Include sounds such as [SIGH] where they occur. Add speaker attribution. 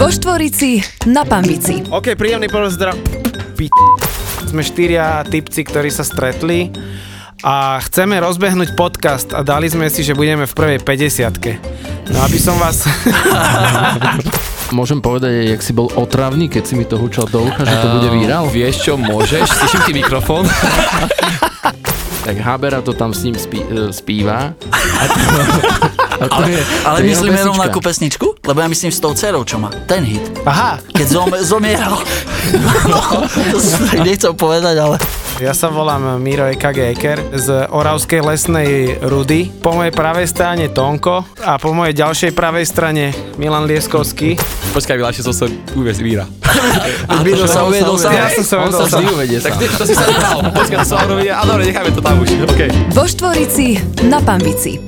Speaker 1: Lorici na pambici.
Speaker 2: OK, príjemný pozdrav. Pi... Sme štyria typci, ktorí sa stretli a chceme rozbehnúť podcast a dali sme si, že budeme v prvej 50 No aby som vás... [LAUGHS]
Speaker 3: Môžem povedať, jak si bol otravný, keď si mi to hučal do ucha, že to
Speaker 4: Ehm,
Speaker 3: bude výral?
Speaker 5: Ehm, Vieš čo, môžeš? Slyším ti [LAUGHS] mikrofón.
Speaker 3: Tak Habera to tam s ním spí, e,
Speaker 4: [LAUGHS]
Speaker 3: spíva. A to, a to
Speaker 4: Ale,
Speaker 3: je,
Speaker 4: ale
Speaker 3: to je jeho
Speaker 4: myslíme
Speaker 3: pesnička.
Speaker 4: rovnakú pesničku? Lebo ja myslím s tou dcerou, čo má. Ten hit.
Speaker 2: Aha,
Speaker 4: Keď zom, zomieral. No, to som tak nechcel povedať, ale...
Speaker 2: ja sa volám Miro EKG Eker z Oravskej lesnej rudy. Po mojej pravej strane Tonko a po mojej ďalšej pravej strane Milan Lieskovský.
Speaker 5: Počkaj, vylášil som sa uviez víra.
Speaker 4: Uviedol sa, uviedol sa.
Speaker 2: Ja som sa
Speaker 3: On sa
Speaker 2: vedel
Speaker 3: vždy uvedie
Speaker 5: Tak
Speaker 3: sám.
Speaker 5: ty, to si sa nechal. Počkaj, to sa hovorí. A dobre, necháme to tam už. OK.
Speaker 1: Vo Štvorici na pambici.